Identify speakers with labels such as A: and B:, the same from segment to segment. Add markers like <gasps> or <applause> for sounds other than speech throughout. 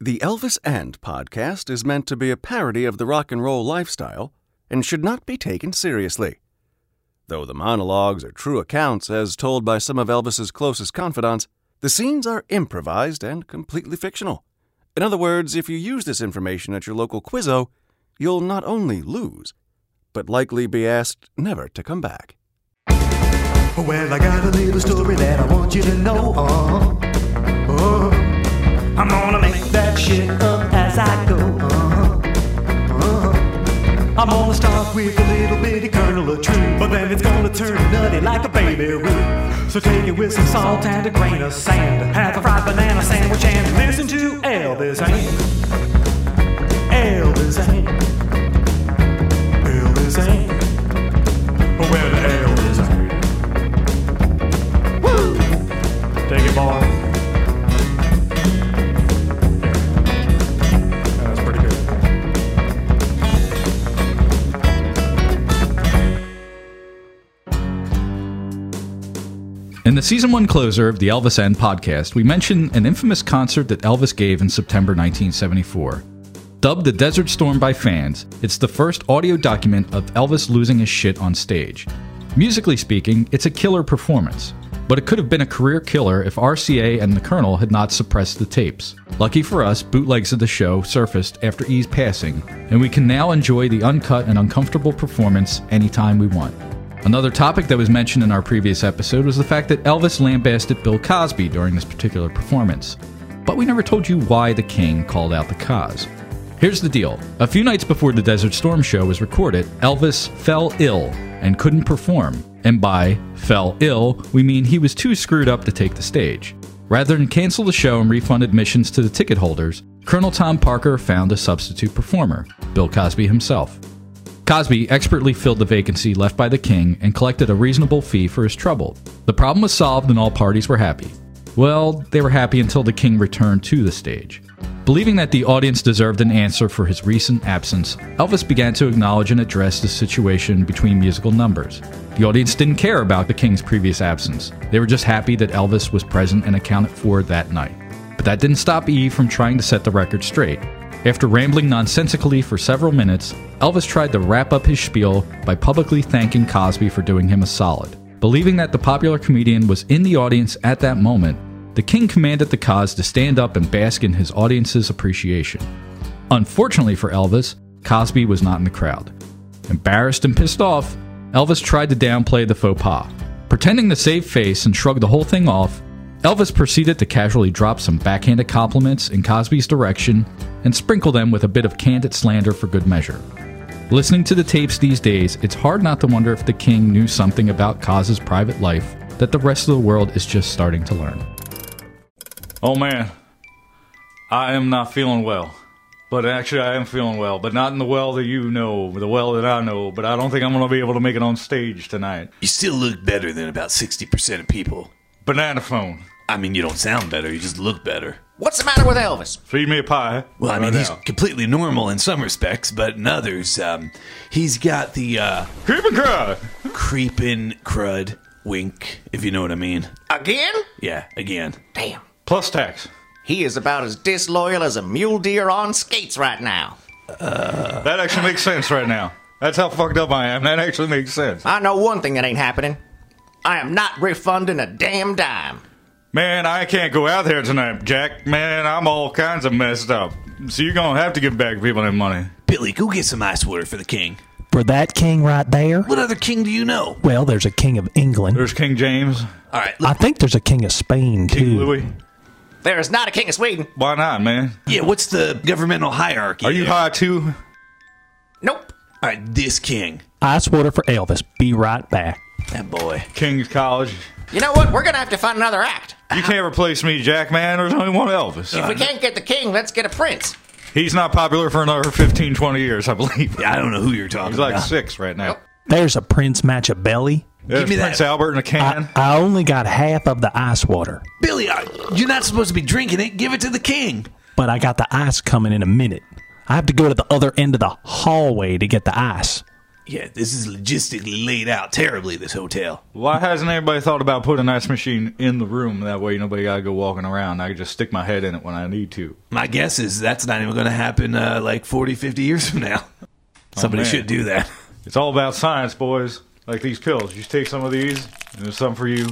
A: The Elvis and podcast is meant to be a parody of the rock and roll lifestyle and should not be taken seriously. Though the monologues are true accounts as told by some of Elvis's closest confidants, the scenes are improvised and completely fictional. In other words, if you use this information at your local quizzo, you'll not only lose, but likely be asked never to come back.
B: Well, I got a little story that I want you to know. Uh, uh, I'm gonna make that shit up as I go. Uh, uh, I'm gonna start with a little bitty kernel of truth, but then it's gonna turn nutty like a baby root. So take it with some salt and a grain of sand. Have a fried banana sandwich and listen to Elvis Hand. Elvis Hand. Elvis Hand. Well, Elvis Hand. Woo! Take it, boy. That's pretty good.
C: In the season one closer of the Elvis End podcast, we mention an infamous concert that Elvis gave in September 1974. Dubbed the Desert Storm by fans, it's the first audio document of Elvis losing his shit on stage. Musically speaking, it's a killer performance, but it could have been a career killer if RCA and the Colonel had not suppressed the tapes. Lucky for us, bootlegs of the show surfaced after E's passing, and we can now enjoy the uncut and uncomfortable performance anytime we want. Another topic that was mentioned in our previous episode was the fact that Elvis lambasted Bill Cosby during this particular performance. But we never told you why the king called out the cause. Here's the deal a few nights before the Desert Storm show was recorded, Elvis fell ill and couldn't perform. And by fell ill, we mean he was too screwed up to take the stage. Rather than cancel the show and refund admissions to the ticket holders, Colonel Tom Parker found a substitute performer, Bill Cosby himself. Cosby expertly filled the vacancy left by the king and collected a reasonable fee for his trouble. The problem was solved and all parties were happy. Well, they were happy until the king returned to the stage. Believing that the audience deserved an answer for his recent absence, Elvis began to acknowledge and address the situation between musical numbers. The audience didn't care about the king's previous absence, they were just happy that Elvis was present and accounted for that night. But that didn't stop E from trying to set the record straight. After rambling nonsensically for several minutes, Elvis tried to wrap up his spiel by publicly thanking Cosby for doing him a solid. Believing that the popular comedian was in the audience at that moment, the king commanded the cause to stand up and bask in his audience's appreciation. Unfortunately for Elvis, Cosby was not in the crowd. Embarrassed and pissed off, Elvis tried to downplay the faux pas. Pretending to save face and shrug the whole thing off, Elvis proceeded to casually drop some backhanded compliments in Cosby's direction and sprinkle them with a bit of candid slander for good measure. Listening to the tapes these days, it's hard not to wonder if the king knew something about Cos's private life that the rest of the world is just starting to learn.
D: Oh man, I am not feeling well. But actually, I am feeling well, but not in the well that you know, the well that I know. But I don't think I'm going to be able to make it on stage tonight.
E: You still look better than about 60% of people.
D: Banana phone,
E: I mean, you don't sound better, you just look better.
F: What's the matter with Elvis?
D: feed me a pie.
E: Well, I mean,
D: Right
E: he's
D: now.
E: completely normal in some respects, but in others, um, he's got the uh,
D: creep and cry.
E: creepin' crud wink, if you know what I mean.
F: Again?
E: Yeah, again.
F: Damn.
D: Plus tax.
F: He is about as disloyal as a mule deer on skates right now.
D: That actually makes sense right now. That's how fucked up I am. That actually makes sense.
F: I know one thing that ain't happening. I am not refunding a damn dime.
D: Man, I can't go out there tonight, Jack. Man, I'm all kinds of messed up. So you're gonna have to give back people their money.
E: Billy, go get some ice water for the king.
G: For that king right there,
E: What other king do you know?
G: well, there's a king of England.
D: There's King James,
E: All right,
G: I
E: look,
G: think there's a king of Spain,
D: King
G: too.
D: Louis.
F: There is not a king of Sweden.
D: Why not, man?
E: yeah, what's the governmental hierarchy?
D: Are you
E: there?
D: high too?
F: Nope.
E: All right, this king.
G: Ice water for Elvis. Be right back.
E: That boy.
D: King's College.
F: You know what? We're gonna have to find another act.
D: You can't replace me, Jack, man. There's only one Elvis.
E: Uh,
F: If we can't get the king, let's get a prince.
D: He's not popular for another 15, 20 years, I believe.
E: Yeah, I don't know who you're talking
D: He's like
E: about.
D: six right now.
G: There's a Prince Machiavelli.
D: There's
E: me that.
D: Prince Albert in a
G: I,
D: can.
G: I only got half of the ice water,
E: Billy, I, you're not supposed to be drinking it. Give it to the king.
G: but I got the ice coming in a minute. I have to go to the other end of the hallway to get the ice.
E: Yeah, this is logistically laid out terribly, this hotel.
D: Why hasn't everybody thought about putting an ice machine in the room? That way nobody gotta go walking around. I can just stick my head in it when I need to.
E: My guess is that's not even going to happen uh, like 40, 50 years from now. Somebody
D: Oh, man.
E: should do that.
D: It's all about science, boys. Like these pills. You take some of these, and there's some for you.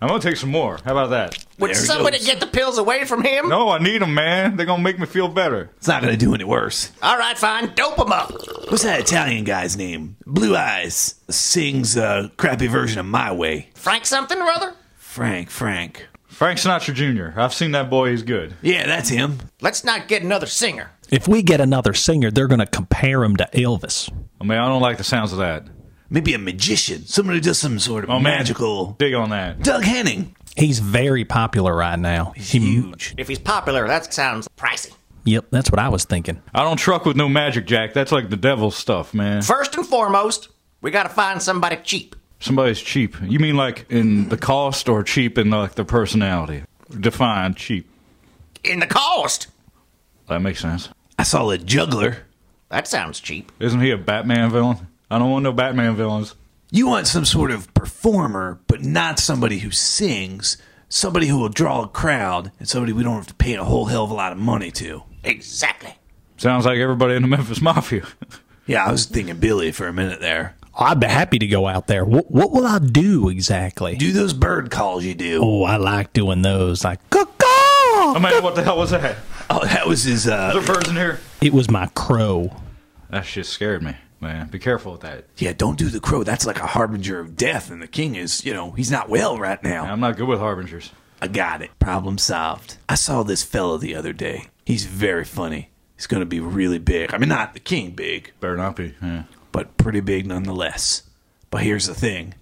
D: I'm gonna take some more. How about that?
F: Would
E: There he
F: somebody
E: goes.
F: get the pills away from him?
D: No, I need them, man. They're gonna make me feel better.
E: It's not going to do any worse.
F: All right, fine. Dope him up.
E: What's that Italian guy's name? Blue Eyes sings a crappy version of My Way.
F: Frank something or other?
E: Frank, Frank.
D: Frank Sinatra Jr. I've seen that boy. He's good.
E: Yeah, that's him.
F: Let's not get another singer.
G: If we get another singer, they're going to compare him to Elvis.
D: I mean, I don't like the sounds of that.
E: Maybe a magician. Someone who does some sort of
D: Oh, man.
E: magical.
D: Dig on that.
E: Doug Henning.
G: He's very popular right now. He-
E: Huge.
F: If he's popular, that sounds pricey.
G: Yep, that's what I was thinking.
D: I don't truck with no magic, Jack. That's like the devil's stuff, man.
F: First and foremost, we gotta find somebody cheap.
D: Somebody's cheap. You mean like in the cost or cheap in like the personality? Define cheap.
F: In the cost.
D: That makes sense.
E: I saw a juggler.
F: That sounds cheap.
D: Isn't he a Batman villain? I don't want no Batman villains.
E: You want some sort of performer, but not somebody who sings, somebody who will draw a crowd, and somebody we don't have to pay a whole hell of a lot of money to.
F: Exactly.
D: Sounds like everybody in the Memphis <laughs> Mafia.
E: Yeah, I was thinking Billy for a minute there.
G: I'd be happy to go out there. What, what will I do exactly?
E: Do those bird calls you do.
G: oh, I like doing those. Like, caw
D: oh man, what the hell was that?
E: Oh, that was his, uh,
D: Other person here?
G: It was my crow.
D: That shit scared me, man. Be careful with that.
E: yeah, don't do the crow. That's like a harbinger of death, and the king is, you know, he's not well right now.
D: I'm not good with harbingers.
E: I got it. Problem solved. I saw this fellow the other day. He's very funny. He's going to be really big. I mean, not the king big,
D: Better not be. Yeah.
E: but pretty big nonetheless. But here's the thing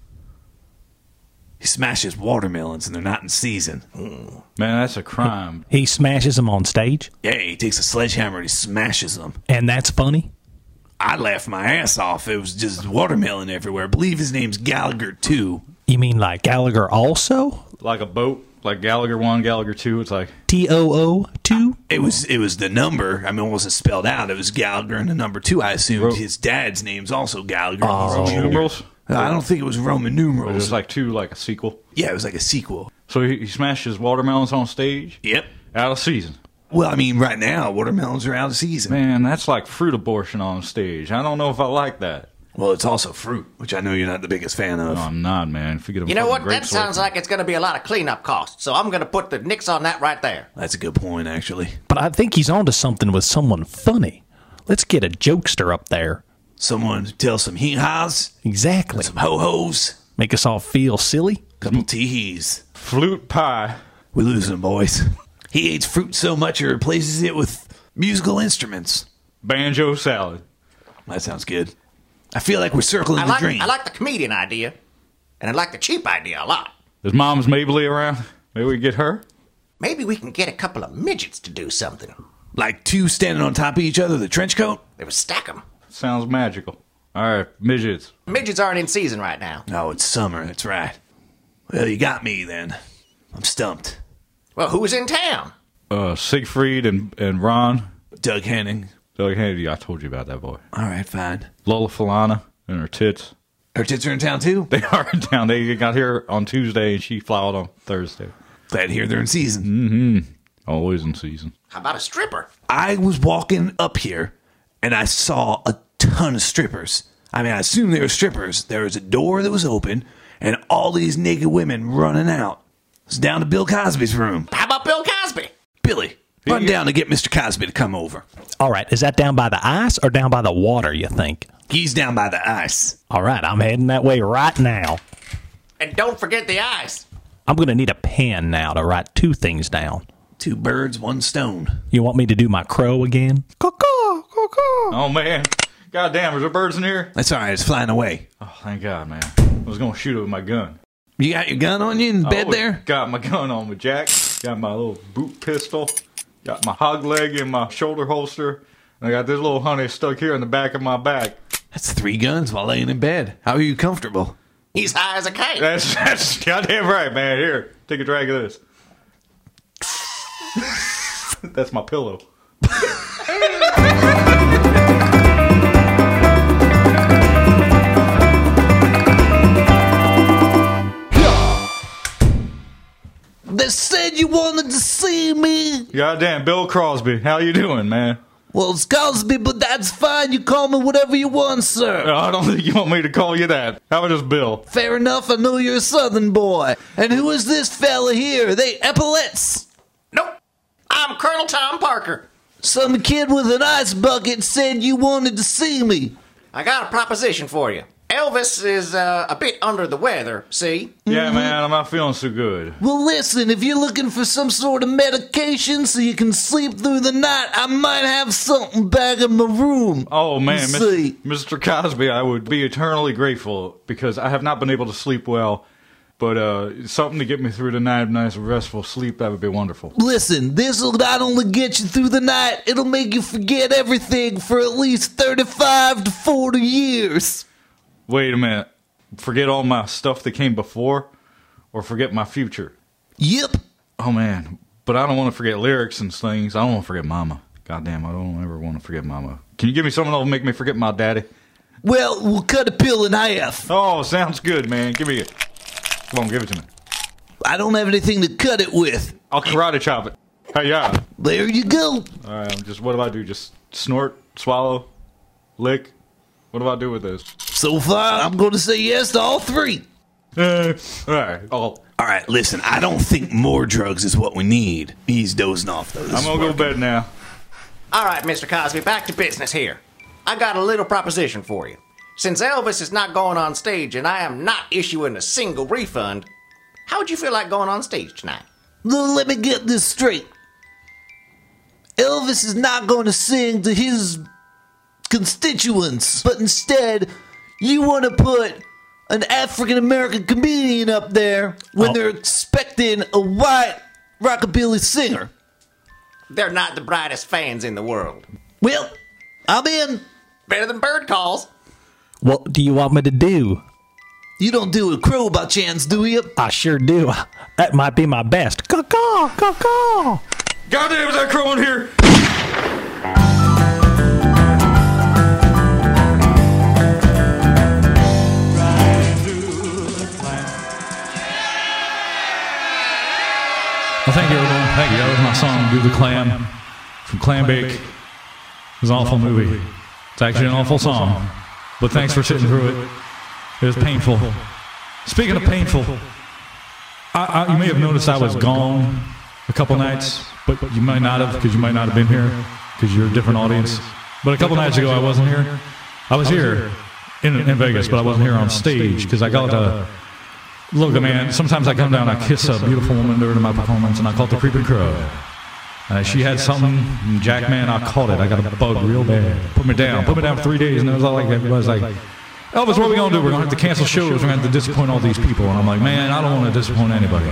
E: he smashes watermelons and they're not in season.
D: Man, that's a crime.
G: He smashes them on stage,
E: Yeah, he takes a sledgehammer and he smashes them.
G: and that's funny.
E: I laughed my ass off. It was just watermelon everywhere. I believe his name's Gallagher, too.
G: You mean like Gallagher also?
D: Like a boat, like Gallagher 1, Gallagher 2. It's like,
G: T O O 2?
E: It was it was the number. I mean, it wasn't spelled out. It was Gallagher and the number two. I assumed his dad's name's also Gallagher.
D: Oh, Roman numerals?
E: Uh, I don't think it was Roman
D: It
E: numerals.
D: was like two, like a sequel.
E: yeah, it was like a sequel.
D: So he, he smashes watermelons on stage?
E: Yep.
D: Out of season.
E: Well, I mean, right now watermelons are out of season.
D: Man, that's like fruit abortion on stage. I don't know if I like that.
E: Well, it's also fruit, which I know you're not the biggest fan of.
D: No, I'm not, man. If you get a
F: You know
D: fucking
F: what?
D: grape
F: That sounds
D: sort-
F: like it's gonna be a lot of cleanup costs, so I'm gonna put the nicks on that right there.
E: That's a good point, actually.
G: But I think he's onto something with someone funny. Let's get a jokester up there.
E: Someone tell some hee haws,
G: Exactly.
E: some ho hos,
G: Make us all feel silly.
E: couple tee hees.
D: flute pie.
E: We lose him, boys. <laughs> He hates fruit so much he replaces it with musical instruments.
D: Banjo salad.
E: That sounds good. I feel like we're circling
F: I
E: the
F: like
E: dream.
F: I like the comedian idea. And I like the cheap idea a lot.
D: Is mom's Mabley around? Maybe we get her?
F: Maybe we can get a couple of midgets to do something.
E: like two standing on top of each other, the trench coat?
F: They would stack 'em.
D: Sounds magical. All right, midgets.
F: Midgets aren't in season right now.
E: No, it's summer, that's right. Well, you got me then. I'm stumped.
F: Well, who's in town?
D: Uh, Siegfried and, and Ron.
E: Doug Henning.
D: Doug Handy, I told you about that boy.
E: All right, fine.
D: Lola Falana and her tits. <laughs>
E: Her tits are in town too?
D: They are in town. They got here on Tuesday and she filed on Thursday.
E: Glad to hear they're in season.
D: Always in season.
F: How about a stripper?
E: I was walking up here and I saw a ton of strippers. I mean, I assume they were strippers. There was a door that was open and all these naked women running out. It's down to Bill Cosby's room.
F: How about Bill Cosby?
E: Billy, run down to get Mr. Cosby to come over.
G: All right, is that down by the ice or down by the water, you think?
E: He's down by the ice.
G: All right, I'm heading that way right now.
F: And don't forget the eyes.
G: I'm going to need a pen now to write two things down.
E: Two birds, one stone.
G: You want me to do my crow again? Caw-caw, caw-caw.
D: Oh, man. God damn, is there birds in here?
E: That's all right. It's flying away.
D: Oh, thank God, man. I was going to shoot it with my gun.
E: You got your gun on you in the bed
D: Oh,
E: there?
D: Got my gun on me, Jack. Got my little boot pistol. Got my hog leg in my shoulder holster. And I got this little honey stuck here in the back of my back.
E: That's three guns while laying in bed. How are you comfortable?
F: He's high as a
D: <laughs>
F: kite.
D: That's that's goddamn right, man. Here, take a drag of this. <laughs> that's my pillow.
H: I said you wanted to see me.
E: Goddamn, Bill Crosby, how you doing, man?
H: Well, it's Cosby, but that's fine. You call me whatever you want, sir.
E: No, I don't think you want me to call you that. How about just Bill?
H: Fair enough. I know you're a Southern boy. And who is this fella here? Are they epaulets?
F: Nope. I'm Colonel Tom Parker.
H: Some kid with an ice bucket said you wanted to see me.
F: I got a proposition for you. Elvis is uh, a bit under the weather, see?
E: Yeah, man, I'm not feeling so good.
H: Well, listen, if you're looking for some sort of medication so you can sleep through the night, I might have something back in my room.
E: Oh man,
H: Let's
E: Mis-
H: see.
E: Mr. Cosby, I would be eternally grateful because I have not been able to sleep well. But uh, something to get me through the night of nice restful sleep that would be wonderful.
H: Listen, this'll not only get you through the night, it'll make you forget everything for at least 35 to 40 years.
E: Wait a minute, forget all my stuff that came before, or forget my future.
H: Yep.
E: Oh man, but I don't want to forget lyrics and things. I don't want to forget Mama. Goddamn, I don't ever want to forget Mama. Can you give me something that'll make me forget my daddy?
H: Well, we'll cut a pill in half.
E: Oh, sounds good, man. Give me it. Come on, give it to me.
H: I don't have anything to cut it with.
E: I'll karate chop it. Hey, yeah.
H: There you go.
E: All right, I'm Um, just what do I do? Just snort, swallow, lick. What do I do with this? <laughs>
H: So far, I'm going to say yes to all three.
E: Uh, all right, I'll,
H: All right, listen, I don't think more drugs is what we need. He's dozing off, though.
E: I'm gonna go to bed now.
F: All right, Mr. Cosby, back to business here. I got a little proposition for you. Since Elvis is not going on stage and I am not issuing a single refund, how would you feel like going on stage tonight?
H: L- Let me get this straight. Elvis is not going to sing to his constituents, but instead, you want to put an African American comedian up there when
G: Oh.
H: they're expecting a white rockabilly singer.
F: They're not the brightest fans in the world.
H: Well, I'm in.
F: Better than bird calls.
G: What do you want me to do?
H: You don't do a crow by chance, do you?
G: I sure do. <laughs> That might be my best. Caw-caw, caw-caw.
E: Goddamn, is that crow in here?
D: Well, thank you, everyone. Thank you. That was my song, Do the Clam, from Clam Bake. It was an awful movie. It's actually an awful song, but thanks for sitting through it. It was painful. Speaking of painful, I, I, you may have noticed I was gone a couple nights, but you might not have because you might not have been here because you're a different audience. But a couple nights ago, I wasn't here. I was here in, in Vegas, but I wasn't here on stage because I got a. Look, man, sometimes I come down, I kiss a beautiful woman during my performance, and I call it the creeping crow. Uh, she had something, and Jack, man, I caught it. I got a bug real bad. Put me down. Put me down for three days, and it was all like, everybody's like, Elvis, what are we going to do? We're going to have to cancel shows. We're going to have to disappoint all these people. And I'm like, man, I don't want to disappoint anybody.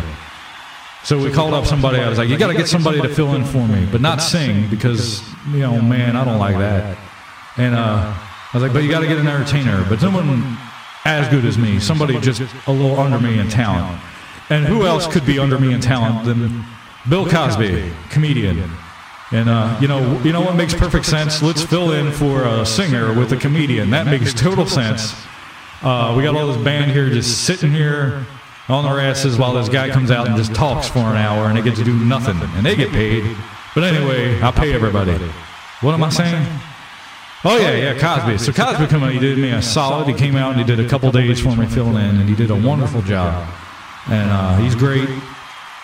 D: So we called up somebody. I was like, you got to get somebody to fill in for me, but not sing, because, you know, man, I don't like that. And uh, I was like, but you got to get an entertainer, but someone as good as me, somebody just a little under me in talent. And who else could be under me in talent than Bill Cosby, comedian? And uh, you know, you know what makes perfect sense? Let's fill in for a singer with a comedian. That makes total sense. Uh, we got all this band here just sitting here on their asses while this guy comes out and just talks for an hour and they get to do nothing and they get paid. But anyway, I pay everybody. What am I saying? Oh yeah, yeah, Cosby. So Cosby came out, he did me a solid. He came out and he did a couple days for me filling in, and he did a wonderful job. And uh, he's great.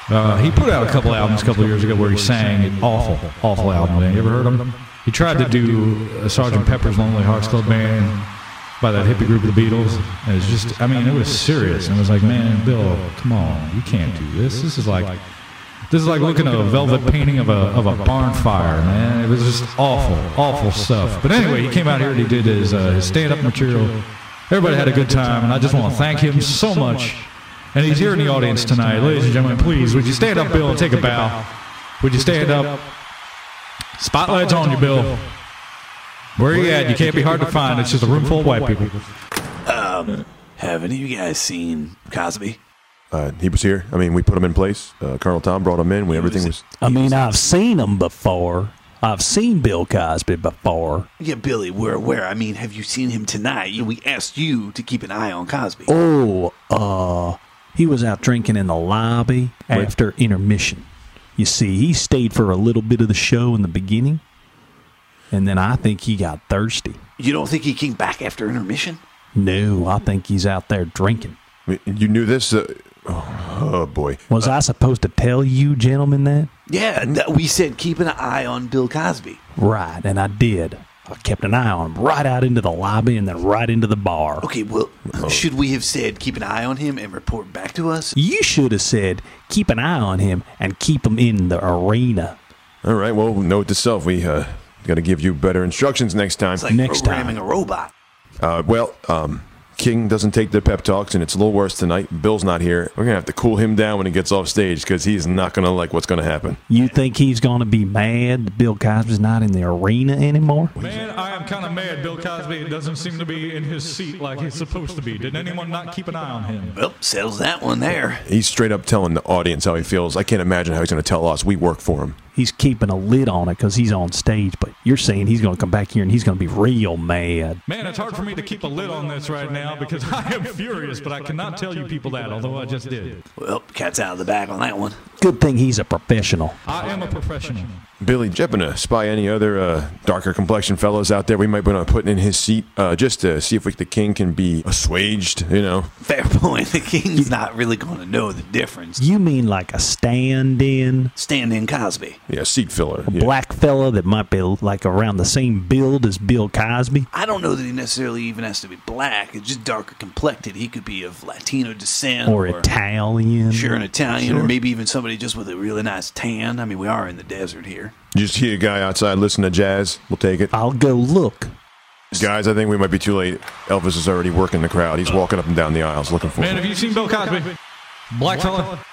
D: Uh, he put out a couple albums a couple years ago where he sang an awful, awful album. You ever heard him? He tried to do uh, Sergeant Pepper's Lonely Hearts Club Band by that hippie group of the Beatles. And it's just, I mean, it was serious. And it was like, man, Bill, come on, you can't do this. This is like, this is like looking at a velvet painting of a, of a barn fire, man. It was just awful, awful stuff. But anyway, he came out here and he did his, uh, his stand up material. Everybody had a good time, and I just want to thank him so much. And he's here in the audience tonight. Ladies and gentlemen, please, would you stand up, Bill, and take a bow? Would you stand up? Spotlight's on you, Bill. Where are you at? You can't be hard to find. It's just a room full of white people.
H: Have any of you guys seen Cosby?
I: Uh, he was here. I mean, we put him in place. Uh, Colonel Tom brought him in. We everything was.
G: I mean, I've seen him before. I've seen Bill Cosby before.
H: Yeah, Billy, we're aware. I
I: Oh.
H: mean, have you seen him tonight? You- We asked you to keep an eye on Cosby.
G: Oh, uh, He was out drinking in the lobby after intermission. You see, he stayed for a little bit of the show in the beginning, and then I think he got thirsty.
E: You don't think he came back after intermission?
G: No, I think he's out there drinking.
I: I mean, You knew this. Uh, oh, oh, boy.
G: Was I supposed to tell you, gentlemen, that?
E: Yeah,
I: Mm.
E: and that- we said keep an eye on Bill Cosby.
G: Right, and I did. I kept an eye on him right out into the lobby and then right into the bar.
E: Okay, well,
I: Oh.
E: should we have said keep an eye on him and report back to us?
G: You should have said, keep an eye on him and keep him in the arena.
I: All right. Well, note to self. We uh, got to give you better instructions next time.
E: It's like
G: Next
E: programming
G: time.
E: a robot.
I: Uh, well, um, King doesn't take the pep talks, and it's a little worse tonight. Bill's not here. We're gonna have to cool him down when he gets off stage because he's not gonna like what's gonna happen.
G: You think he's going to be mad that Bill Cosby's not in the arena anymore?
D: Man, I am kind of mad. Bill Cosby doesn't seem to be in his seat like he's supposed to be. Did anyone not keep an eye on him?
E: Well, settles that one there.
I: He's straight up telling the audience how he feels. I can't imagine how he's gonna tell us. We work for him.
G: He's keeping a lid on it because he's on stage, but you're saying he's going to come back here and he's going to be real mad.
D: Man, it's hard for me to keep a lid on this right now because <laughs> I am furious, but I cannot tell you people that, although I just did.
E: Well, cat's out of the bag on that one.
G: Good thing he's a professional.
D: I am a professional.
I: Billy Jeppina, spy any other uh, darker complexion fellows out there we might be uh, putting in his seat uh, just to see if we, the king can be assuaged, you know?
E: Fair <laughs> point. The king's not really going to know the difference.
G: You mean like a stand in?
E: Stand in Cosby.
I: Yeah, seat filler. yeah.
G: Black fella that might be like around the same build as Bill Cosby?
E: I don't know that he necessarily even has to be black. It's just darker complected. He could be of Latino descent
G: Or Italian?
E: Sure, an Italian, or maybe even somebody just with a really nice tan. I mean, we are in the desert here.
I: You Just hear a guy outside listen to jazz. We'll take it.
G: I'll go look.
I: Guys, I think we might be too late. Elvis is already working the crowd. He's walking up and down the aisles looking for
D: Man,
I: him.
D: have you seen Bill Cosby? Black fella?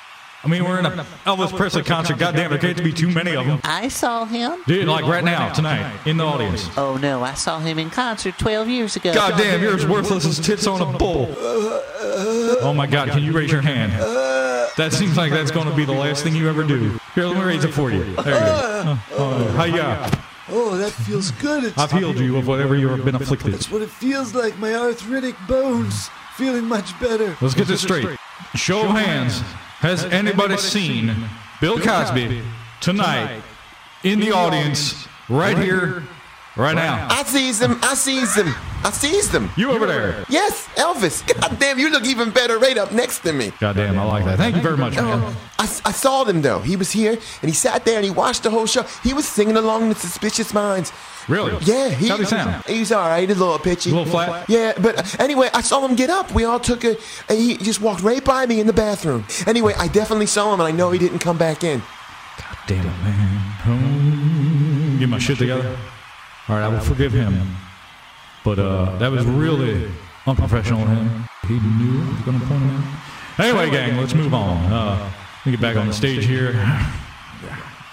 D: I mean, we're in an Elvis Presley concert. Goddamn, there can't be too many of them.
J: I saw him.
D: Dude, like right now, tonight, in the audience.
J: Oh no, I saw him in concert 12 years ago.
D: Goddamn, you're as worthless as tits on a bull. Oh my god, can you raise your hand? That seems like that's going to be the last thing you ever do. Here, let me raise it for you. There you go. Oh, hi-ya.
K: Oh, that feels good. It's,
D: I've healed you of whatever you have been afflicted.
K: it's what it feels like. My arthritic bones feeling much better.
D: Let's get this straight. Show of hands. Has anybody seen Bill Cosby tonight in the audience right here, right now?
L: I sees them. I sees them. I sees them.
D: You over there.
L: Yes, Elvis. God damn, you look even better right up next to me.
D: Goddamn, I like that. Thank you very much, man.
L: I, I saw them though. He was here and he sat there and he watched the whole show. He was singing along with Suspicious Minds.
D: Really?
L: Yeah, he,
D: How'd he sound?
L: He's all right. He's a little pitchy.
D: A little flat?
L: Yeah, but uh, anyway, I saw him get up. We all took a. And he just walked right by me in the bathroom. Anyway, I definitely saw him and I know he didn't come back in.
D: Damn it, man. Hmm. Get my shit together. All right, I will forgive him. But uh, that was really unprofessional of him. He knew I was going to point him out. Anyway, gang, let's move on. Uh, let me get back on the stage here. <laughs>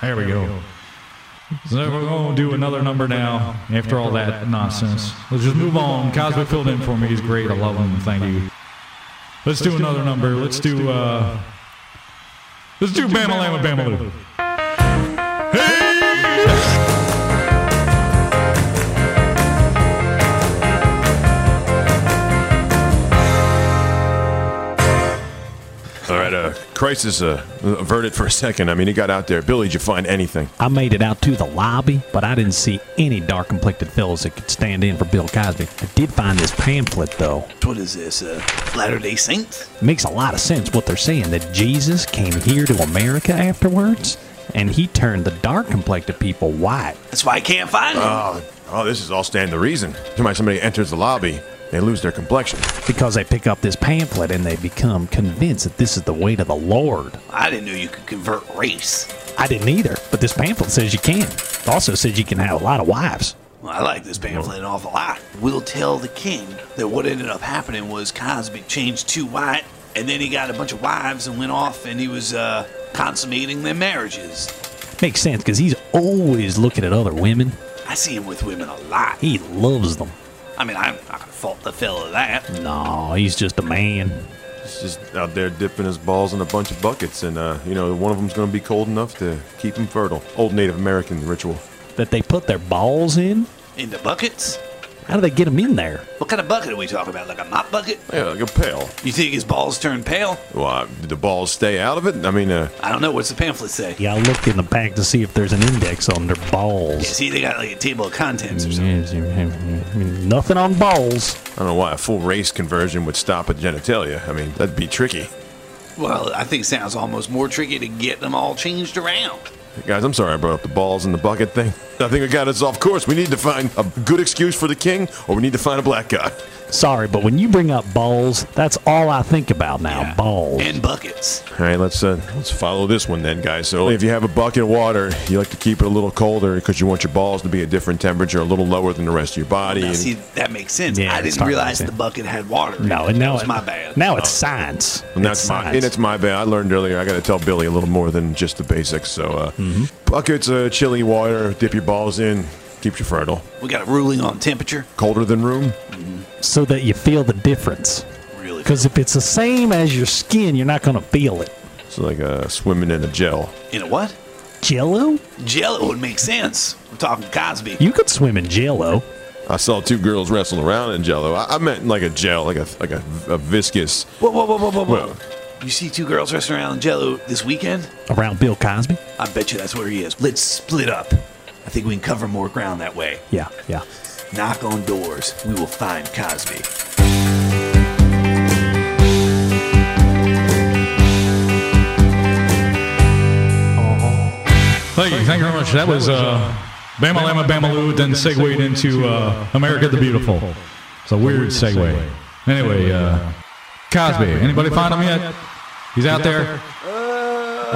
D: There we go. So we're going to do another number now after all that nonsense. Let's just move on. Cosby filled in for me. He's great. I love him. Thank you. Let's do another number. Let's do, uh, let's do Bama Lama Bama Lou.
I: All right, uh, crisis uh, averted for a second. I mean, he got out there. Billy, did you find anything?
G: I made it out to the lobby, but I didn't see any dark complected fellows that could stand in for Bill Cosby. I did find this pamphlet, though.
E: What is this, uh, Latter day Saints?
G: It makes a lot of sense what they're saying that Jesus came here to America afterwards, and he turned the dark complected people white.
E: That's why I can't find him.
I: Oh, this is all stand the reason. Somebody, somebody enters the lobby, they lose their complexion.
G: because they pick up this pamphlet and they become convinced that this is the way to the Lord.
E: I didn't know you could convert race.
G: I didn't either, but this pamphlet says you can. It also says you can have a lot of wives.
E: Well, I like this pamphlet an awful lot. We'll tell the king that what ended up happening was Cosby changed to white, and then he got a bunch of wives and went off, and he was uh, consummating their marriages.
G: Makes sense because he's always looking at other women.
E: I see him with women a lot.
G: He loves them.
E: I mean, I'm not gonna fault the fella that.
G: No, he's just a man.
I: He's just out there dipping his balls in a bunch of buckets, and, uh, you know, one of them's going to be cold enough to keep him fertile. Old Native American ritual.
G: That they put their balls in?
E: In the buckets?
G: How do they get him in there?
E: What kind of bucket are we talking about? Like a mop bucket?
I: Yeah, like a pail.
E: You think his balls turn pale?
I: Well, I- did the balls stay out of it? I mean, uh,
E: I don't know. What's the pamphlet say?
G: Yeah, I looked in the pack to see if there's an index on their
E: You
G: balls.
E: see, they got like a table of contents or something.
G: Nothing on balls.
I: I don't know why a full race conversion would stop at genitalia. I mean, that'd be tricky.
E: Well, I think it sounds almost more tricky to get them all
I: <laughs>
E: changed around.
I: Guys, I'm sorry I brought up the balls and the bucket thing. I think I got us off course. We need to find a good excuse for the king, or we need to find a black guy.
G: Sorry, but when you bring up balls, that's all I think about now. Balls.
E: And buckets.
I: All right, let's uh, let's follow this one then, guys. So if you have a bucket of water, you like to keep it a little colder because you want your balls to be a different temperature, a little lower than the rest of your body.
E: Now,
I: and-
E: see, that makes sense.
G: Yeah,
E: I
G: it's
E: didn't
G: fine,
E: realize
G: yeah.
E: the bucket had water. in
G: No,
E: it.
G: and now
E: It's
G: it-
E: my bad.
G: Now it's science.
I: And that's
G: It's
I: my
G: science.
I: and it's my bad. I learned earlier. I got to tell Billy a little more than just the basics. So uh,
G: Mm-hmm.
I: buckets of chilly water, dip your balls in, keeps you fertile.
E: we got a ruling on temperature.
I: Colder than room.
G: so that you feel the difference.
E: Really?
G: Because if it's the same as your skin, you're not going to feel it.
I: It's like uh, swimming in a gel.
E: You know what?
G: Jello?
E: Jello would make sense. We're talking Cosby.
G: You could swim in Jello.
I: I saw two girls wrestle around in jello. I, I meant like a gel, like a like a, a viscous.
E: Whoa, whoa, whoa, whoa, whoa, whoa.
I: Well-
E: You see two girls wrestling around in Jello this weekend?
G: Around Bill Cosby?
E: I bet you that's where he is. Let's split up. I think we can cover more ground that way.
G: Yeah, yeah.
E: Knock on doors. We will find Cosby.
D: Thank you. Thank you very much. That was uh, Bama Lama Bamaloo, then segued into uh, America the Beautiful. It's a weird segue. Anyway, uh, Cosby. Anybody find him yet? He's out there.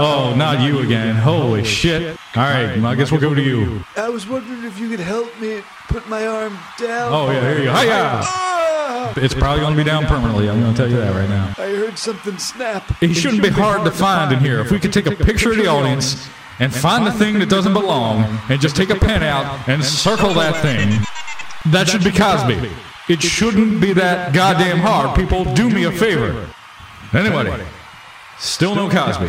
D: Oh, not you again. Holy shit. All right, I guess we'll go to you.
M: I was wondering if you could help me put my arm down.
D: Oh, yeah, here you go. Hiya!
M: Ah!
D: It's probably going to be down permanently. I'm going to tell you that right now.
M: I heard something snap.
D: It shouldn't be hard to find in here. If we could take a picture of the audience and find the thing that doesn't belong and just take a pen out and circle that thing, that should be Cosby. It shouldn't be that goddamn hard. People, do me a favor. Anybody, still no Cosby.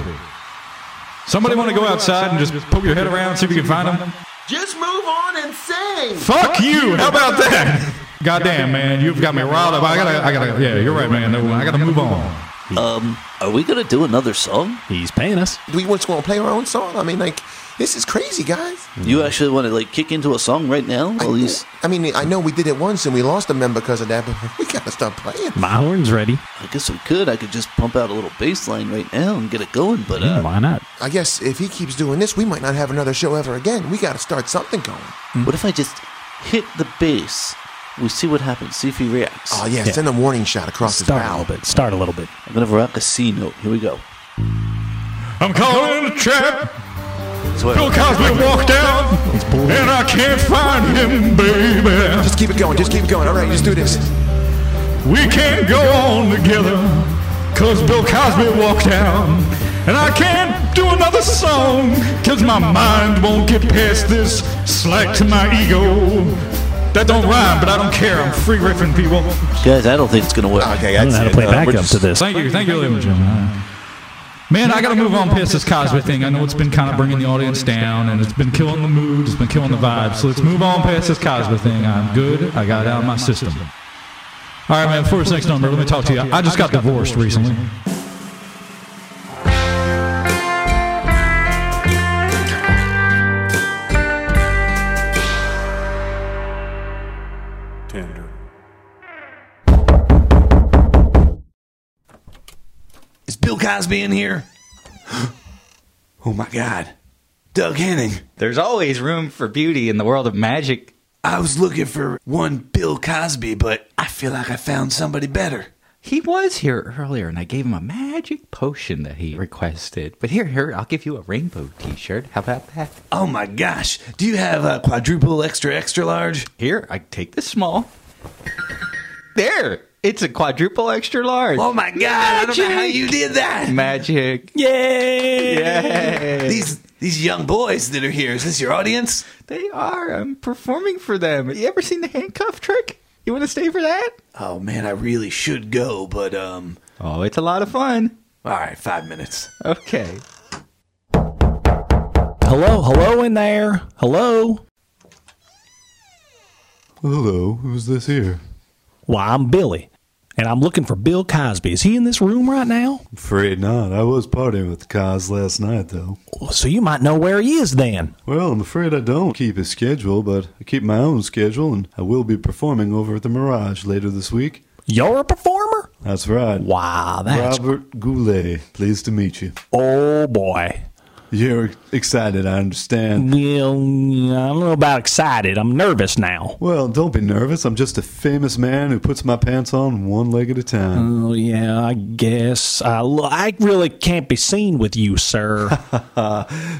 D: Somebody want to go outside and just poke your head around, see if you can find him?
L: Just move on and sing.
D: Fuck you! How about that? Goddamn, man, you've <laughs> got me riled up. I gotta, I gotta, yeah, you're right, man. No, I gotta move on.
N: Um, are we gonna do another song?
G: He's paying us.
L: Do we just want to play our own song? I mean, like, this is crazy, guys.
N: You actually want to like kick into a song right now? At least
L: I mean, I know we did it once and we lost a member because of that, but <laughs> we gotta stop playing.
G: My horn's ready.
N: I guess we could. I could just pump out a little bass line right now and get it going. But
G: Yeah,
N: uh,
G: why not?
L: I guess if he keeps doing this, we might not have another show ever again. We gotta start something going.
N: what if I just hit the bass? We see what happens. See if he reacts.
L: Oh yeah, send a warning shot across
G: Start a
L: his bow.
G: little bit. Start a little bit.
N: I'm gonna rock a C note. Here we go.
D: I'm calling a trap.
N: So
D: Bill Cosby walked out, and I can't find him, baby.
L: Just keep it going. Just keep it going. All right, just do this.
D: We can't go on together, cause Bill Cosby walked out. And I can't do another song, cause my mind won't get past this slack to my ego. That don't rhyme, but I don't care. I'm free riffing people.
N: guys, I don't think it's gonna work.
L: Okay,
G: I don't know how to play back up to this.
D: Thank you, thank you, Liam Jim. Man, I gotta move on past this Cosby thing. I know it's been kind of bringing the audience down, and it's been killing the mood, it's been killing the vibe. So let's move on past this Cosby thing. I'm good. I got it out of my system. All right, man. For this next number, let me talk to you. I just got divorced recently.
E: Is Bill Cosby in here? <gasps> oh my God. Doug Henning.
C: There's always room for beauty in the world of magic.
E: I was looking for one Bill Cosby, but I feel like I found somebody better.
C: He was here earlier, and I gave him a magic potion that he requested. But here, here, I'll give you a rainbow T-shirt. How about that?
E: Oh my gosh. Do you have a quadruple extra extra large?
C: Here, I take the small. There, it's a quadruple extra large.
E: Oh my god, I don't know how you did that.
C: Magic!
G: Yay!
C: Yay!
E: These these young boys that are here, is this your audience?
C: They are. I'm performing for them. You ever seen the handcuff trick? You want to stay for that?
E: Oh man, I really should go, but um
C: Oh, it's a lot of fun.
E: all right, 5 minutes.
C: Okay.
G: Hello, hello in there. Hello. Well, hello, who's this here? Why, I'm Billy, and I'm looking for Bill Cosby. Is he in this room right now?
K: Afraid not. I was partying with Kaz last night, though.
G: So you might know where he is then.
K: Well, I'm afraid I don't keep his schedule, but I keep my own schedule, and I will be performing over at the Mirage later this week.
G: You're a performer?
K: That's right.
G: Wow, that's-
K: Robert Goulet. Pleased to meet you.
G: Oh, boy.
K: You're excited, I understand.
G: Well, I don't know about excited. I'm nervous now.
K: Well, don't be nervous. I'm just a famous man who puts my pants on one leg at a time.
G: Oh, yeah, I guess. I, lo- I really can't be seen with you,
K: <laughs>
G: sir.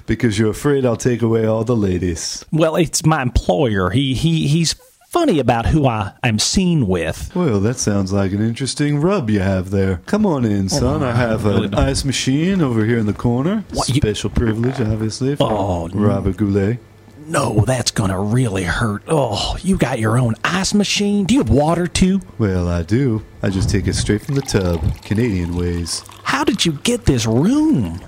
K: because you're afraid I'll take away all the ladies.
G: well, it's my employer. He, he He's funny about who I am seen with.
K: Well, that sounds like an interesting rub you have there. Come on
G: Oh,
K: in, son. I have an ice machine over here in the corner. Special privilege, obviously, for Robert Goulet.
G: Oh, No, that's going to really hurt. Oh, you got your own ice machine? Do you have water, too?
K: Well, I do. I just take it straight from the tub, Canadian ways.
G: How did you get this room?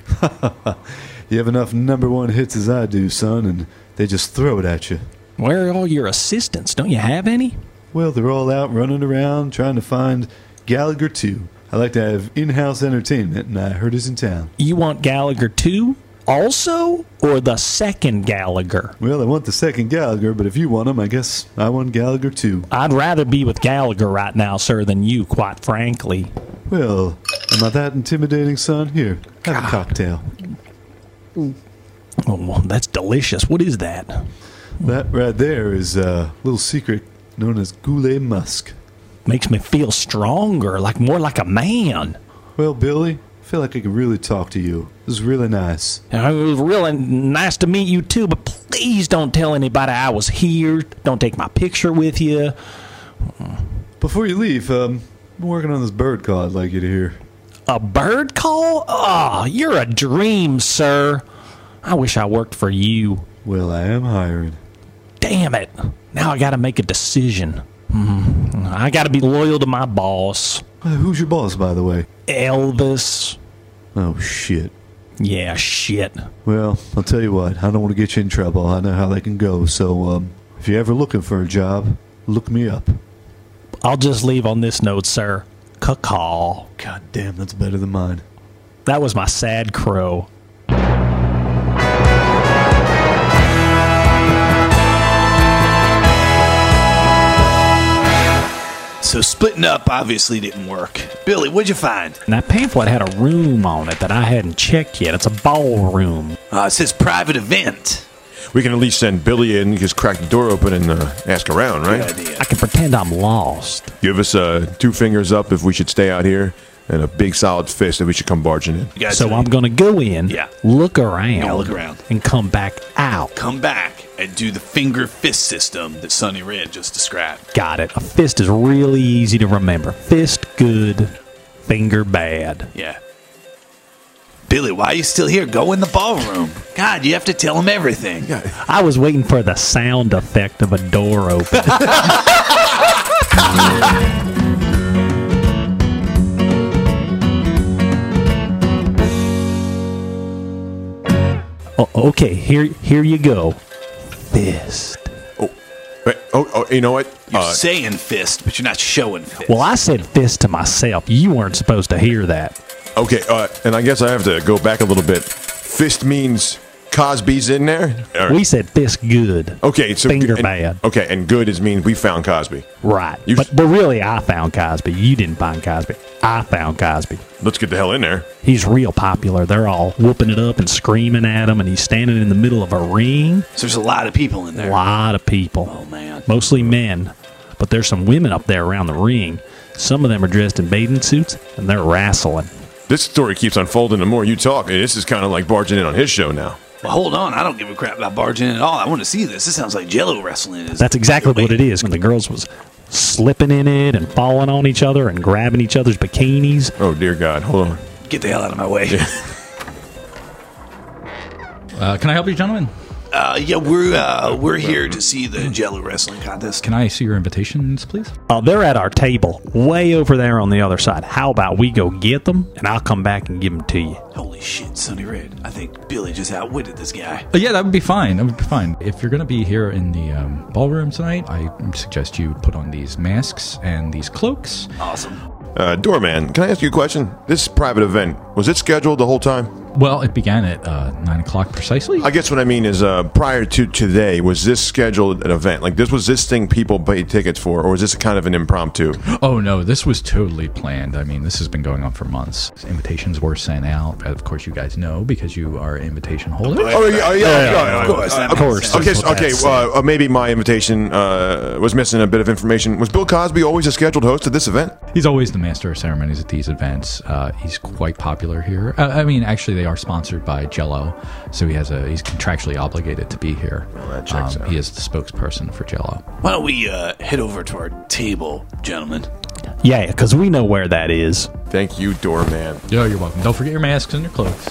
K: you have enough number one hits as I do, son, and they just throw it at you.
G: Where are all your assistants? Don't you have any?
K: Well, they're all out running around trying to find Gallagher 2. I like to have in house entertainment, and I heard he's in town.
G: You want Gallagher 2 also, or the second Gallagher?
K: Well, I want the second Gallagher, but if you want him, I guess I want Gallagher too.
G: I'd rather be with Gallagher right now, sir, than you, quite frankly.
K: Well, am I that intimidating, son? Here, have a cocktail.
G: Oh, well, that's delicious. What is that?
K: That right there is a little secret known as Goulet Musk.
G: Makes me feel stronger, like more like a man.
K: Well, Billy, I feel like I could really talk to you. This is really nice.
G: And It was really uh, nice to meet you, too, but please don't tell anybody I was here. Don't take my picture with you.
K: Before you leave, um, I'm working on this bird call I'd like you to hear.
G: A bird call? Oh, you're a dream, sir. I wish I worked for you.
K: Well, I am hiring.
G: Damn it. Now I gotta make a decision. Hmm, I gotta be loyal to my boss.
K: Uh, who's your boss, by the way?
G: Elvis.
K: Oh, shit.
G: Yeah, shit.
K: Well, I'll tell you what, I don't want to get you in trouble. I know how that can go, so um, if you're ever looking for a job, look me up.
G: I'll just leave on this note, sir. Caw.
K: God damn, that's better than mine.
G: That was my sad crow.
E: So splitting up obviously didn't work. Billy, what'd you find?
G: And that pamphlet had a room on it that I hadn't checked yet. It's a ballroom.
E: Uh, it says private event.
I: We can at least send Billy in, just crack the door open and uh, ask around, right?
G: I can pretend I'm lost.
I: Give us uh, two fingers up if we should stay out here, and a big solid fist if we should come barging in.
G: so I'm gonna go in,
E: Yeah.
G: look around,
E: Yeah, look around.
G: and come back out.
E: Come back and do the finger fist system that Sonny Red just described.
G: Got it. A fist is really easy to remember. Fist good, finger bad.
E: Yeah. Billy, why are you still here? Go in the ballroom. God, you have to tell him everything.
G: I was waiting for the sound effect of a
I: <laughs>
G: door open. O- Oh, okay, here here you go. Fist.
I: Wait, oh, oh, you know what?
E: You're saying fist, but you're not showing fist.
G: Well, I said fist to myself. You weren't supposed to hear that.
I: Okay, uh, and I guess I have to go back a little bit. Fist means Cosby's in there? All right.
G: We said fist good.
I: okay, so
G: finger
I: and-
G: bad.
I: Okay, and good is means we found Cosby.
G: Right.
I: You-
G: but, but really, I found Cosby. You didn't find Cosby. I found Cosby.
I: Let's get the hell in there.
G: He's real popular. They're all whooping it up and screaming at him, and he's standing in the middle of a ring.
E: So there's a lot of people in
G: A
E: there.
G: lot of people.
E: Oh, man.
G: Mostly men, but there's some women up there around the ring. Some of them are dressed in bathing suits, and they're wrestling.
I: This story keeps unfolding the more you talk, and this is kind of like barging in on his show now.
E: Well, hold on. I don't give a crap about barging in at all. I want to see this. This sounds like Jello wrestling. Is
G: That's exactly what it is. When the girls was slipping in it and falling on each other and grabbing each other's bikinis.
I: Oh, dear God. Hold on.
E: Get the hell out of my way.
C: Uh, can I help you, gentlemen?
E: <laughs> Uh, yeah, we're uh, we're here to see the Jello Wrestling Contest.
C: Can I see your invitations, please?
G: Oh, they're at our table, way over there on the other side. How about we go get them, and I'll come back and give them to you.
E: Holy shit, Sonny Red! I think Billy just outwitted this guy.
C: Uh, yeah, that would be fine. That would be fine. If you're going to be here in the um, ballroom tonight, I suggest you put on these masks and these cloaks.
E: Awesome.
I: Uh, doorman, can I ask you a question? This private event was it scheduled the whole time?
C: Well, it began at uh, nine o'clock precisely.
I: I guess what I mean is, uh, prior to today, was this scheduled an event? Like this was this thing people paid tickets for, or was this kind of an impromptu?
C: Oh no, this was totally planned. I mean, this has been going on for months. Invitations were sent out. Of course, you guys know because you are invitation holders.
I: Oh yeah, oh, yeah, yeah, yeah,
C: Uh,
I: uh, Okay, so- okay. Uh, uh, maybe my invitation uh, was missing a bit of information. Was Bill Cosby always a scheduled host at this event?
C: He's always the master of ceremonies at these events. Uh, he's quite popular here. Uh, I mean, actually, they are sponsored by Jello, so he has a he's contractually obligated to be here. Um, He is the spokesperson for Jello.
E: Why don't we uh, head over to our table, gentlemen?
G: Yeah, because we know where that is.
I: Thank you, doorman.
C: Yeah, you're welcome. Don't forget your masks and your cloaks.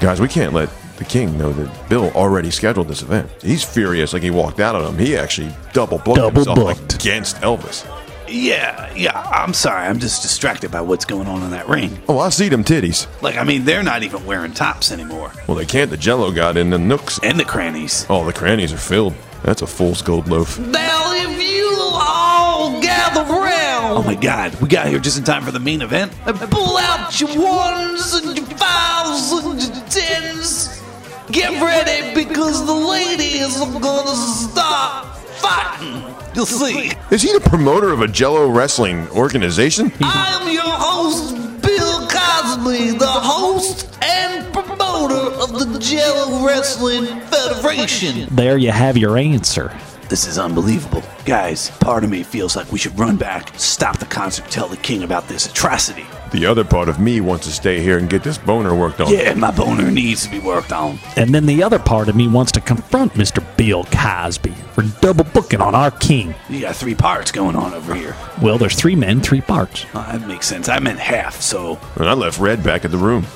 I: Guys, we can't let the king know that Bill already scheduled this event. He's furious, like he walked out on him. He actually double booked
E: Double
I: himself
E: booked.
I: against Elvis.
E: Yeah, yeah. I'm sorry. I'm just distracted by what's going on in that ring.
I: Oh, I see them titties.
E: Like, I mean, they're not even wearing tops anymore.
I: Well, they can't. The Jello got in the nooks
E: and the crannies.
I: Oh, the crannies are filled. That's a fool's gold loaf.
H: Now, if you all gather
E: Oh
H: round,
E: my God, we got here just in time for the main event.
H: and pull out your ones and your fives and your tens, get ready because the ladies are gonna start fighting. You'll see.
I: Is he the promoter of a Jello wrestling organization?
H: I'm your host, Bill Cosby, the host and promoter of the Jello Wrestling Federation.
G: There you have your answer.
E: This is unbelievable. Guys, part of me feels like we should run back, stop the concert, tell the king about this atrocity.
I: The other part of me wants to stay here and get this boner worked on.
E: Yeah, my boner needs to be worked on.
G: And then the other part of me wants to confront Mr. Bill Cosby for double booking on our king.
E: You got three parts going on over here.
G: Well, there's three men, three parts.
E: Uh, that makes sense. I meant half, so
I: And I left Red back at the room.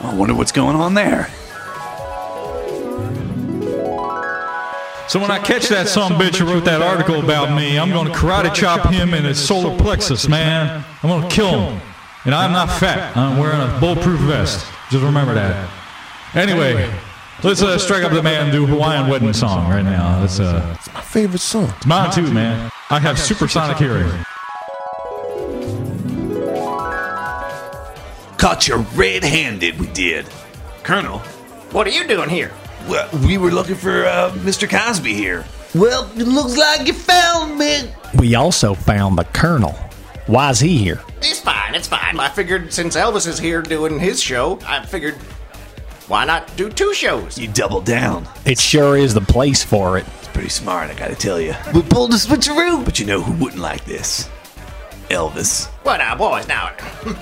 E: I wonder what's going on there.
D: So when I catch that some bitch who wrote that article about me, I'm gonna karate chop him in his solar plexus, man. I'm gonna kill him. And I'm not fat. I'm wearing a bulletproof vest. Just remember that. Anyway, let's uh, strike up the man and do Hawaiian wedding song right now. That's uh, it's
I: my favorite song.
D: It's mine too, man. I have supersonic hearing.
E: Caught you red-handed, we did. Colonel,
F: What are you doing here?
E: well, we were looking for uh, Mr. Cosby here.
H: Well, it looks like you found me.
G: We also found the Colonel. Why's he here?
F: It's fine, it's fine. I figured since Elvis is here doing his show, I figured why not do two shows?
E: You double down.
G: It sure is the place for it.
E: It's pretty smart, I gotta tell you. We pulled a switcheroo. But you know who wouldn't like this? Elvis.
F: Well, now, boys, now. <laughs>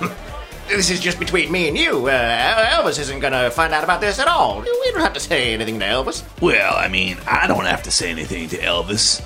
F: This is just between me and you. Uh, El- Elvis isn't gonna find out about this at all. We don't have to say anything to Elvis.
E: Well, I mean, I don't have to say anything to Elvis,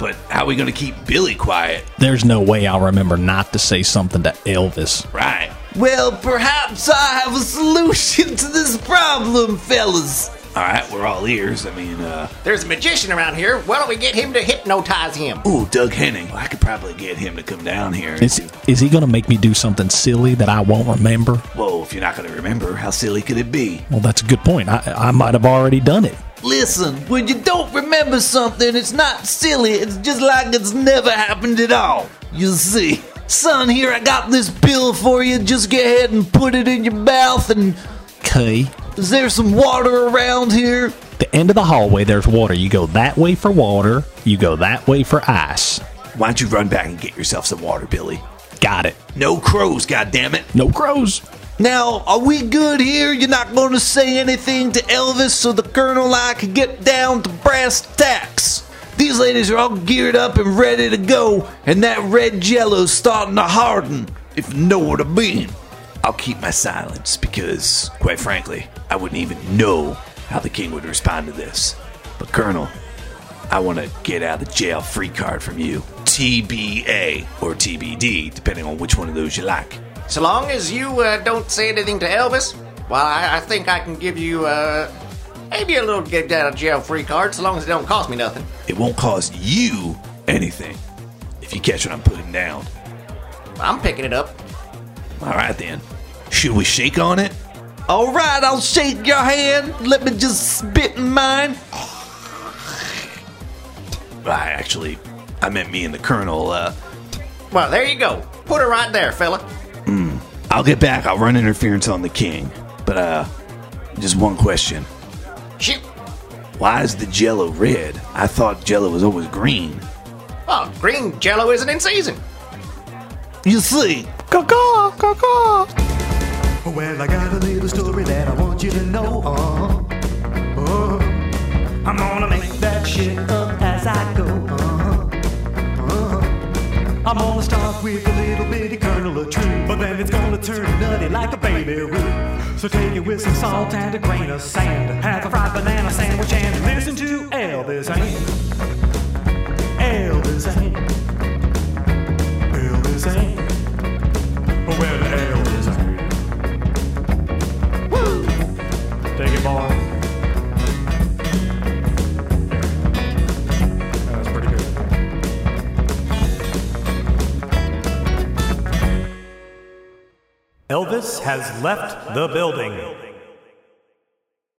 E: but how are we gonna keep Billy quiet?
G: There's no way I'll remember not to say something to Elvis.
E: Right.
H: Well, perhaps I have a solution to this problem, fellas.
E: All right, we're all ears. I mean, uh,
F: There's a magician around here. Why don't we get him to hypnotize him?
E: ooh, Doug Henning. I could probably get him to come down here.
G: Is, is he going to make me do something silly that I won't remember?
E: Whoa, if you're not gonna remember, how silly could it be?
G: Well, that's a good point. I, I might have already done it.
H: Listen, when you don't remember something, it's not silly. It's just like it's never happened at all. You see. Son, here, I got this pill for you. Just go ahead and put it in your mouth. And
G: Okay.
H: is there some water around here?
G: The end of the hallway, there's water. You go that way for water, you go that way for ice.
E: Why don't you run back and get yourself some water, Billy?
G: Got it.
E: No crows, goddammit.
G: No crows.
H: Now, are we good here? You're not going to say anything to Elvis so the Colonel and I can get down to brass tacks. These ladies are all geared up and ready to go, and that red jello's starting to harden, if you know what I mean.
E: I'll keep my silence because, quite frankly, I wouldn't even know how the king would respond to this. But, Colonel, I want to get out of the jail free card from you. TBA or TBD, depending on which one of those you like.
F: So long as you uh, don't say anything to Elvis, Well, I, I think I can give you uh, maybe a little get out of jail free card, so long as it don't cost me nothing.
E: It won't cost you anything if you catch what I'm putting down.
F: I'm picking it up.
E: All right, then. Should we shake on it?
H: All right, I'll shake your hand. Let me just spit in mine.
E: I actually, I meant me and the Colonel. Uh,
F: Well, there you go. Put it right there, fella.
E: mm, I'll get back. I'll run interference on the King. But, uh, just one question.
F: Shoot.
E: Why is the jello red? I thought jello was always green.
F: Oh, green jello isn't in season.
E: You see,
B: Caw-caw, caw-caw. Well, I got a little story that I want you to know. Uh, uh, I'm gonna make that shit up as I go. Uh, uh, I'm gonna start with a little bitty kernel of truth, but then it's gonna turn nutty like a baby root. So take it with some salt and a grain of sand. Have a fried banana sandwich and listen to Elvis Hand. Elvis Hand. Elvis Hand. Well, Elvis Hand. Woo! Take it, boy. That's pretty good.
O: Elvis has left the building.